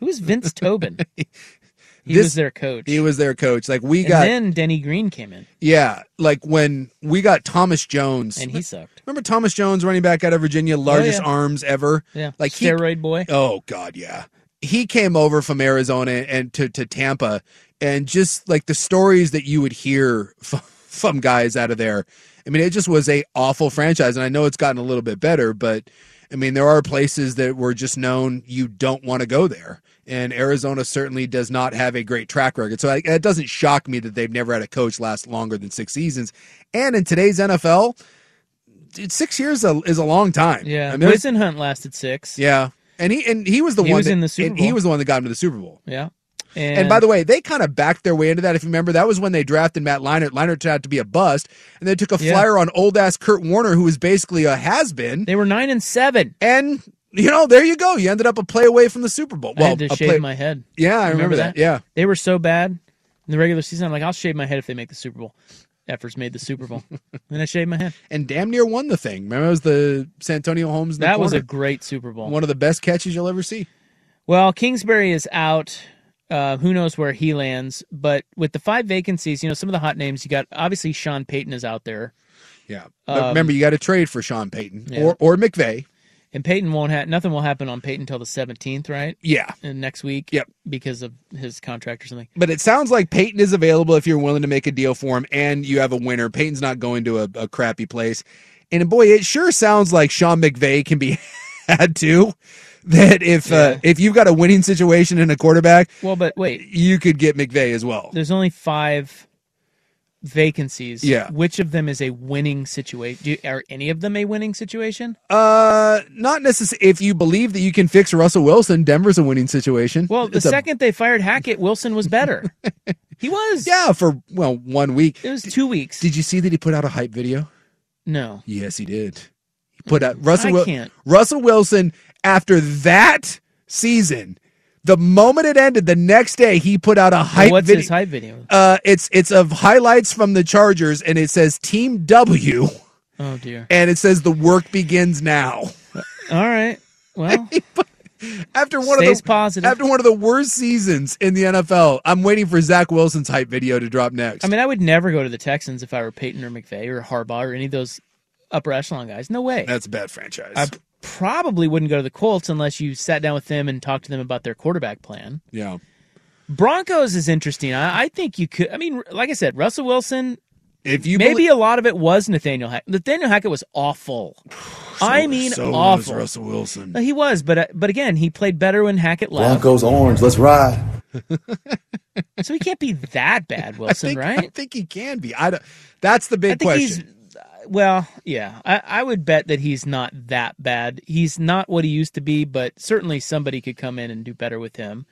I: Who is Vince Tobin? He was their coach.
J: He was their coach. Like we
I: and
J: got,
I: then Denny Green came in,
J: yeah, like when we got Thomas Jones.
I: and he sucked.
J: Remember Thomas Jones, running back out of Virginia, largest
I: yeah.
J: arms ever.
I: Yeah,
J: like he-
I: steroid boy.
J: Oh God, yeah. He came over from Arizona and to, to Tampa, and just like the stories that you would hear [LAUGHS] from, from guys out of there. I mean, it just was a awful franchise, and I know it's gotten a little bit better, but I mean, there are places that were just known you don't want to go there, and Arizona certainly does not have a great track record. So I, it doesn't shock me that they've never had a coach last longer than six seasons. And in today's NFL, dude, six years is a, is a long time.
I: Yeah,
J: I mean, there's-
I: Wizen Hunt lasted six.
J: yeah, and he and he was the
I: He
J: one
I: was
J: that,
I: in the Super
J: and he
I: Bowl.
J: was the one that got him to the Super Bowl.
I: yeah.
J: And, by the way, they kind of backed their way into that. If you remember, that was when they drafted Matt Leinart. Leinart turned out to be a bust, and they took a
I: Yeah.
J: flyer on old ass Kurt Warner, who was basically a has been.
I: They were nine and seven,
J: and you know, there you go. You ended up a play away from the Super Bowl.
I: I had
J: a
I: to shave
J: play-
I: my head.
J: Yeah, I remember that. Yeah.
I: they were so bad in the regular season. I'm like, I'll shave my head if they make the Super Bowl. Efforts made the Super
J: [LAUGHS]
I: Bowl, and I shaved my head.
J: and damn near won the thing. Remember, it was the Santonio Holmes. in the
I: That was a
J: corner.
I: great Super Bowl.
J: one of the best catches you'll ever see.
I: Well, Kingsbury is out. Uh, who knows where he lands? But with the five vacancies, you know, some of the hot names you got. Obviously, Sean Payton is out there.
J: Yeah. But remember, you got to trade for Sean Payton
I: Um, Yeah.
J: or, or McVay.
I: And Peyton won't have nothing will happen on Peyton until the seventeenth, right?
J: Yeah.
I: and next week. Yep, because of his contract or something.
J: But it sounds like Peyton is available if you're willing to make a deal for him and you have a winner. Peyton's not going to a, a crappy place. And boy, it sure sounds like Sean McVay can be [LAUGHS] had to. That if uh, if you've got a winning situation and a quarterback,
I: Well, but wait,
J: you could get McVay as well.
I: there's only five vacancies.
J: Yeah.
I: which of them is a winning situation? Do, are any of them a winning situation?
J: Uh, not necessarily. If you believe that you can fix Russell Wilson, Denver's a winning situation.
I: Well, the
J: It's a-
I: second they fired Hackett, Wilson was better. he was.
J: yeah, for well one week.
I: It was two weeks.
J: Did you see that he put out a hype video?
I: No.
J: Yes, he did. He put out Russell.
I: I
J: Wil-
I: can't.
J: Russell Wilson after that season. The moment it ended, the next day he put out a [LAUGHS] hype.
I: what's
J: video.
I: his hype video?
J: Uh, it's it's of highlights from the Chargers, and it says Team W,
I: Oh dear.
J: and it says the work begins now.
I: All right.
J: [LAUGHS]
I: Well,
J: after one of
I: stays
J: the
I: positive.
J: after one of the worst seasons in the NFL, I'm waiting for Zach Wilson's hype video to drop next.
I: I mean, I would never go to the Texans if I were Peyton or McVay or Harbaugh or any of those upper echelon guys. No way.
J: That's a bad franchise.
I: I probably wouldn't go to the Colts unless you sat down with them and talked to them about their quarterback plan.
J: yeah.
I: Broncos is interesting. I, I think you could. I mean, like I said, Russell Wilson.
J: If you
I: maybe
J: belie-
I: a lot of it was Nathaniel Hackett. Nathaniel Hackett was awful. I mean,
J: [SIGHS] so
I: awful.
J: was Russell Wilson.
I: No, he was, but uh, but again, he played better when Hackett left.
O: orange. Let's ride.
I: So he can't be
J: [LAUGHS]
I: that bad, Wilson,
J: think-
I: right?
J: I think he can be. I don't, that's the big
I: I think he's- uh,
J: question.
I: Well, yeah, I, I would bet that he's not that bad. He's not what he used to be, but certainly somebody could come in and do better with him.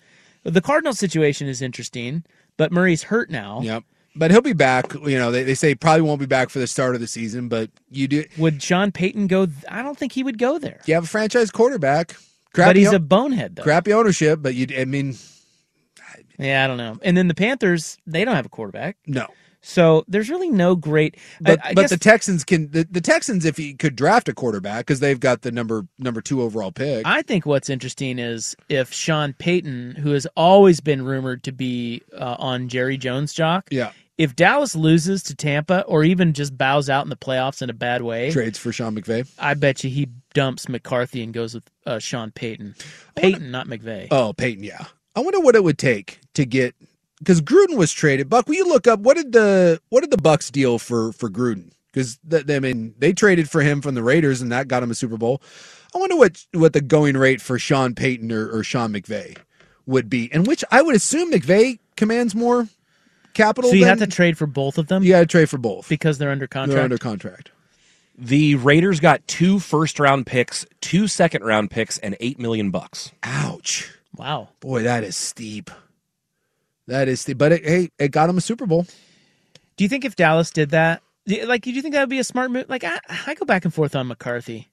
I: The Cardinals situation is interesting, but Murray's hurt now.
J: Yep. But he'll be back. You know, they, they say he probably won't be back for the start of the season, but you do.
I: Would Sean Payton go? th- I don't think he would go there.
J: You have a franchise quarterback.
I: but
J: Crappy
I: he's
J: o-
I: a bonehead, though.
J: Crappy ownership, but you. I mean,
I: Yeah, I don't know. And then the Panthers, they don't have a quarterback,
J: no.
I: so there's really no great.
J: But
I: I, I
J: but
I: guess
J: the Texans can the, the Texans if he could draft a quarterback because they've got the number number two overall pick.
I: I think what's interesting is if Sean Payton, who has always been rumored to be uh, on Jerry Jones' jock,
J: yeah.
I: if Dallas loses to Tampa or even just bows out in the playoffs in a bad way,
J: Trades for Sean McVay.
I: I bet you he dumps McCarthy and goes with uh, Sean Payton. Payton, not McVay.
J: Oh, Peyton, yeah. I wonder what it would take to get because Gruden was traded. Buck, will you look up what did the what did the Bucks deal for for Gruden? Because I mean, they traded for him from the Raiders, and that got him a Super Bowl. I wonder what what the going rate for Sean Payton or, or Sean McVay would be, and which I would assume McVay commands more capital.
I: so you have
J: than,
I: to trade for both of them
J: you got to trade for both.
I: because they're under contract.
J: They're under contract.
F: The Raiders got two first round picks, two second round picks, and eight million bucks.
J: Ouch!
I: wow.
J: Boy, that is steep. That is steep. But it, hey, it got him a Super Bowl.
I: Do you think if Dallas did that, do you- like, do you think that would be a smart move? Like, I, I go back and forth on McCarthy.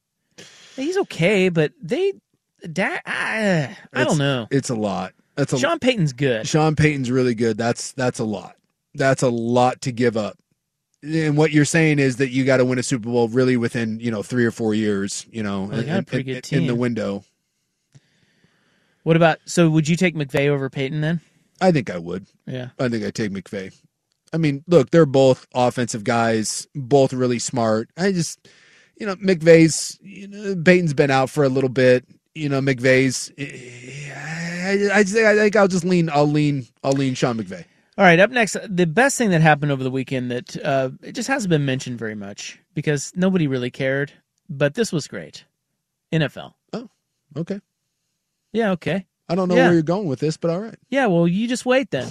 I: He's okay, but they, da, I, uh, I
J: It's-
I: don't know.
J: It's a lot. That's a
I: Sean Payton's good.
J: Sean Payton's really good. That's that's a lot. That's a lot to give up. And what you're saying is that you got to win a Super Bowl really within you know three or four years. You know,
I: Well, they got a
J: in-
I: pretty
J: in-
I: good
J: in the
I: team.
J: window.
I: What about? So would you take McVay over Payton then?
J: I think I would.
I: Yeah.
J: I think I take McVay. I mean, look, they're both offensive guys, both really smart. I just, you know, McVay's, you know, Peyton's been out for a little bit. You know, McVay's. eh, I, I, I think I'll just lean. I'll lean. I'll lean Sean McVay.
I: All right, up next, the best thing that happened over the weekend that uh, it just hasn't been mentioned very much because nobody really cared, but this was great. NFL.
J: Oh, Okay.
I: Yeah, okay.
J: I don't know
I: Yeah.
J: where you're going with this, but all right.
I: Yeah, well, you just wait [LAUGHS] then.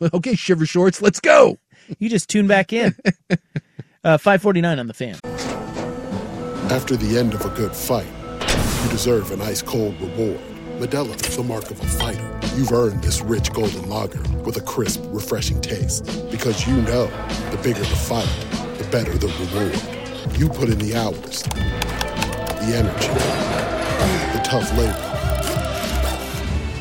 J: [LAUGHS] okay, shiver shorts, let's go.
I: You just tune back
J: [LAUGHS]
I: in. uh, 549 on the fan.
P: After the end of a good fight, you deserve an ice cold reward. Medella is the mark of a fighter. You've earned this rich golden lager with a crisp, refreshing taste. Because you know the bigger the fight, the better the reward. You put in the hours, the energy, the tough labor.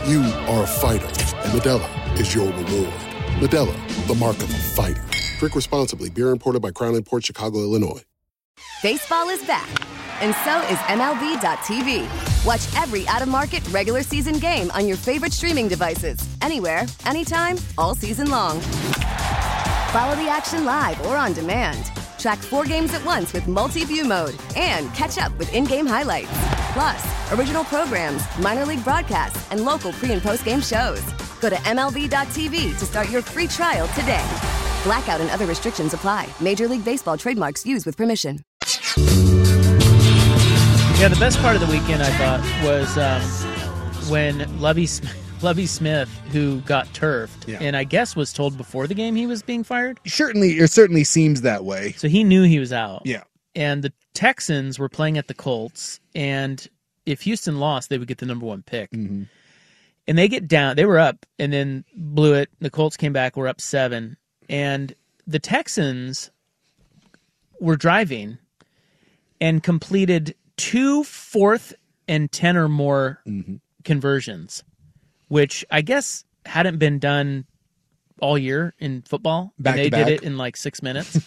P: You are a fighter, and Medella is your reward. Medella, the mark of a fighter. Drink responsibly, beer imported by Crown Port Chicago, Illinois.
Q: Baseball is back, and so is MLB.tv.
O: Watch every out of market regular season game on your favorite streaming devices, anywhere, anytime, all season long. Follow the action live or on demand. Track four games at once with multi-view mode and catch up with in-game highlights. Plus, original programs, minor league broadcasts, and local pre- and post-game shows. Go to MLB.tv to start your free trial today. Blackout and other restrictions apply. Major League Baseball trademarks used with permission.
I: Yeah, the best part of the weekend I thought was um, when Lovey [LAUGHS] Smith, Lovey Smith, who got turfed,
J: Yeah.
I: and I guess was told before the game he was being fired.
J: Certainly, it certainly seems that way.
I: So he knew he was out.
J: Yeah.
I: And the Texans were playing at the Colts, and if Houston lost, they would get the number one pick. And they get down, they were up, and then blew it. The Colts came back, were up seven, and the Texans were driving and completed two fourth and ten or more
J: Mm-hmm.
I: conversions, which I guess hadn't been done all year in football.
J: Back
I: and they
J: to back.
I: did it in like six minutes.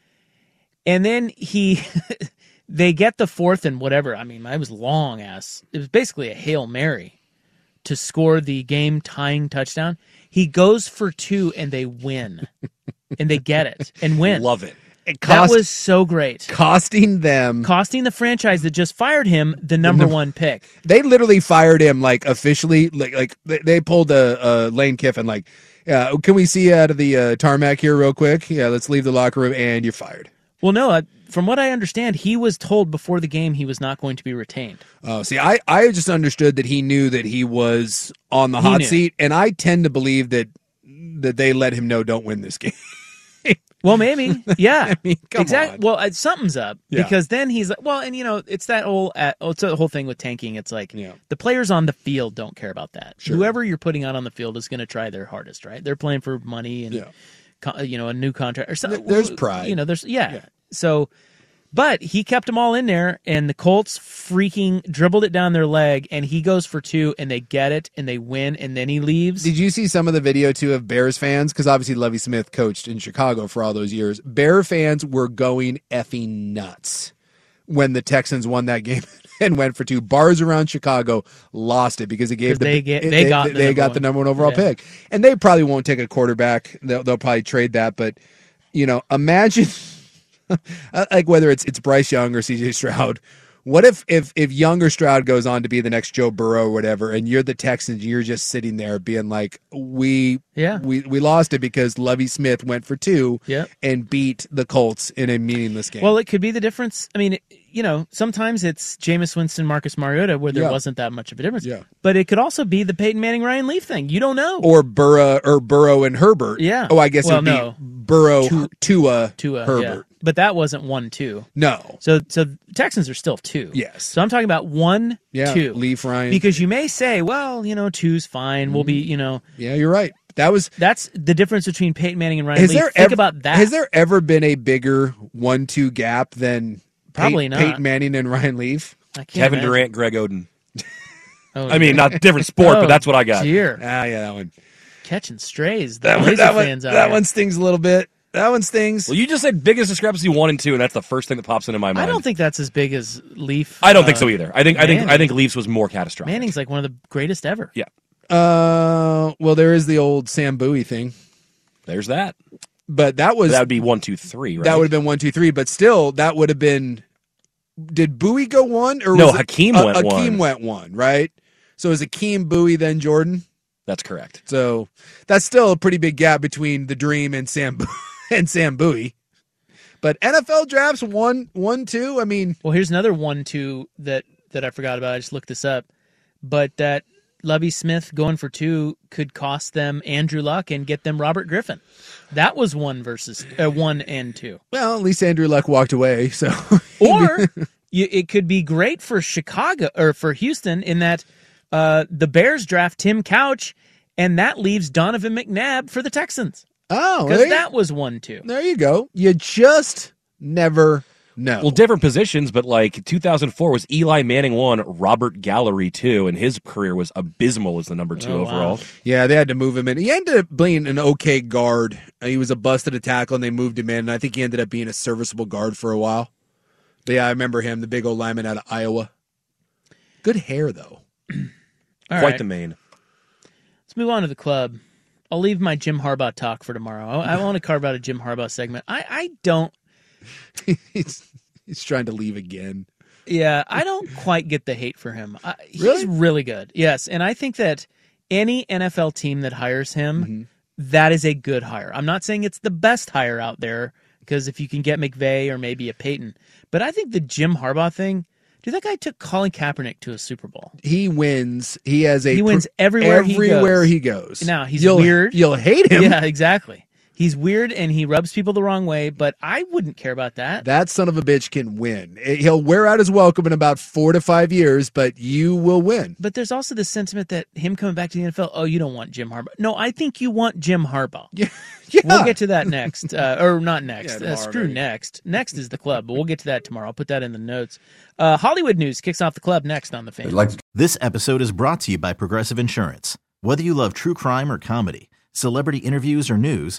J: [LAUGHS]
I: and then he [LAUGHS] they get the fourth and whatever. I mean, I was long ass. It was basically a Hail Mary to score the game tying touchdown. He goes for two and they
F: [LAUGHS]
I: win. and they get it and win.
F: Love it.
I: that
J: cost-
I: was so great.
J: Costing them,
I: costing the franchise that just fired him the number
J: Num-
I: one pick.
J: they literally fired him like officially. Like, like they, they pulled a, a Lane Kiffin. Like, uh, can we see you out of the uh, tarmac here real quick? Yeah, let's leave the locker room, and you're fired.
I: Well, no, uh, from what I understand, he was told before the game he was not going to be retained.
J: Oh, see, I, I just understood that he knew that he was on the
I: He
J: hot
I: knew.
J: seat, and I tend to believe that that they let him know don't win this [LAUGHS] game.
I: Well,
J: [LAUGHS]
I: maybe, yeah,
J: come
I: exactly. Well, uh, something's up
J: Yeah.
I: because then he's like, well, and you know, it's that whole, uh, oh, it's the whole thing with tanking. It's like the players on the field don't care about that.
J: Sure.
I: Whoever you're putting out on the field is going to try their hardest, right? They're playing for money and, co- uh, you know, a new contract or something.
J: There's pride.
I: you know. There's yeah. So, but he kept them all in there, and the Colts freaking dribbled it down their leg, and he goes for two, and they get it, and they win, and then he leaves.
J: Did you see some of the video too of Bears fans? Because obviously Lovey Smith coached in Chicago for all those years. Bear fans were going effing nuts when the Texans won that game [LAUGHS] and went for two. Bars around Chicago lost it because it gave
I: 'Cause
J: the
I: they get-
J: it-
I: they got the
J: they
I: number
J: got the
I: one.
J: number one overall
I: Yeah.
J: pick, and they probably won't take a quarterback. They'll, they'll probably trade that, but you know, imagine. I- Uh, like whether it's it's Bryce Young or CJ Stroud. What if if if Young or Stroud goes on to be the next Joe Burrow or whatever, and you're the Texans, you're just sitting there being like, we
I: Yeah.
J: we we lost it because Lovey Smith went for two
I: Yep.
J: and beat the Colts in a meaningless game.
I: Well, it could be the difference. I mean, it- you know, sometimes it's Jameis Winston, Marcus Mariota, where there
J: Yeah.
I: wasn't that much of a difference.
J: Yeah.
I: But it could also be the Peyton Manning Ryan Leaf thing. You don't know.
J: or Burrow or Burrow and Herbert.
I: Yeah.
J: Oh, I guess
I: Well,
J: it would
I: no.
J: be Burrow
I: Tu-
J: Tua
I: Tua, uh, yeah.
J: Herbert.
I: But that wasn't one two.
J: No.
I: So so Texans are still two.
J: Yes.
I: So I'm talking about one
J: Yeah.
I: two.
J: Leaf Ryan.
I: Because you may say, well, you know, two's fine. We'll be, you know,
J: Mm-hmm. yeah, you're right. That was
I: that's the difference between Peyton Manning and Ryan
J: Is
I: Leaf.
J: there
I: Think
J: ever-
I: about that.
J: Has there ever been a bigger one-two gap than
I: Probably
J: Peyton,
I: not.
J: Peyton Manning and Ryan Leaf?
I: I can't
F: Kevin
I: imagine.
F: Durant, Greg Oden.
I: Oh,
F: I mean, not different
I: [LAUGHS]
F: sport,
I: Oh,
F: but that's what I got.
I: Dear.
J: Ah, yeah, that one.
I: Catching strays. The
F: That one-
I: Blazer
F: that one-
I: fans out
J: That
I: here.
J: one stings a little bit. [LAUGHS] That one stings.
F: Well, you just said biggest discrepancy one and two, and that's the first thing that pops into my
I: I
F: mind.
I: don't think that's as big as Leaf.
F: I don't think
I: uh,
F: so either. I think I think I
I: Manning.
F: think Leafs was more catastrophic.
I: Manning's like one of the greatest ever.
F: Yeah.
J: Uh, well, there is the old Sam Bowie thing,
F: There's that.
J: but that was
F: that would be one, two, three, right?
J: that would have been one, two, three. But still, that would have been. Did Bowie go one or
F: No,
J: was it-
F: Hakeem
J: uh,
F: went
J: Hakeem
F: one.
J: went one, right? So is Hakeem Bowie then Jordan?
F: That's correct.
J: So that's still a pretty big gap between the Dream and Sam [LAUGHS] and Sam Bowie. But NFL drafts one one two. I mean,
I: Well, here's another one two that that I forgot about. I just looked this up, but that Lovey Smith going for two could cost them Andrew Luck and get them Robert Griffin. That was one versus uh, one and two,
J: well, at least Andrew Luck walked away. So [LAUGHS]
I: [LAUGHS] or you, it could be great for Chicago or for Houston in that uh, the Bears draft Tim Couch, and that leaves Donovan McNabb for the Texans
J: oh,
I: because
J: there,
I: that was one two.
J: there you go. You just never know.
F: Well, different positions, but like 2004 was Eli Manning one, Robert Gallery two, and his career was abysmal as the number two
I: Oh, wow.
F: overall.
J: Yeah, they had to move him in. He ended up being an okay guard. Uh, He was a busted a tackle, and they moved him in. And I think he ended up being a serviceable guard for a while. But yeah, I remember him, the big old lineman out of Iowa. Good hair though.
I: [CLEARS THROAT] All
F: Quite
I: right.
F: the mane.
I: Let's move on to the club. I'll leave my Jim Harbaugh talk for tomorrow. I, I want to carve out a Jim Harbaugh segment. I, I don't.
J: [LAUGHS] he's, he's trying to leave again.
I: Yeah, I don't quite get the hate for him. I, He's really good. Yes, and I think that any NFL team that hires him,
J: Mm-hmm.
I: that is a good hire. I'm not saying it's the best hire out there because if you can get McVay or maybe a Peyton, but I think the Jim Harbaugh thing. Dude, that guy took Colin Kaepernick to a Super Bowl.
J: He wins. He has a
I: He wins everywhere he goes.
J: everywhere he goes.
I: Now he's
J: You'll-
I: weird.
J: You'll hate him.
I: Yeah, exactly. He's weird and he rubs people the wrong way, but I wouldn't care about that.
J: That son of a bitch can win. It- He'll wear out his welcome in about four to five years, but you will win.
I: But there's also the sentiment that him coming back to the NFL, oh, you don't want Jim Harbaugh. No, I think you want Jim Harbaugh. Yeah. We'll get to that next, uh, or not next.
J: tomorrow,
I: uh, screw
J: maybe.
I: next. Next is the club, but we'll get to that tomorrow. I'll put that in the notes. Uh, Hollywood news kicks off the club next on the fan.
A: This episode is brought to you by Progressive Insurance. Whether you love true crime or comedy, celebrity interviews or news,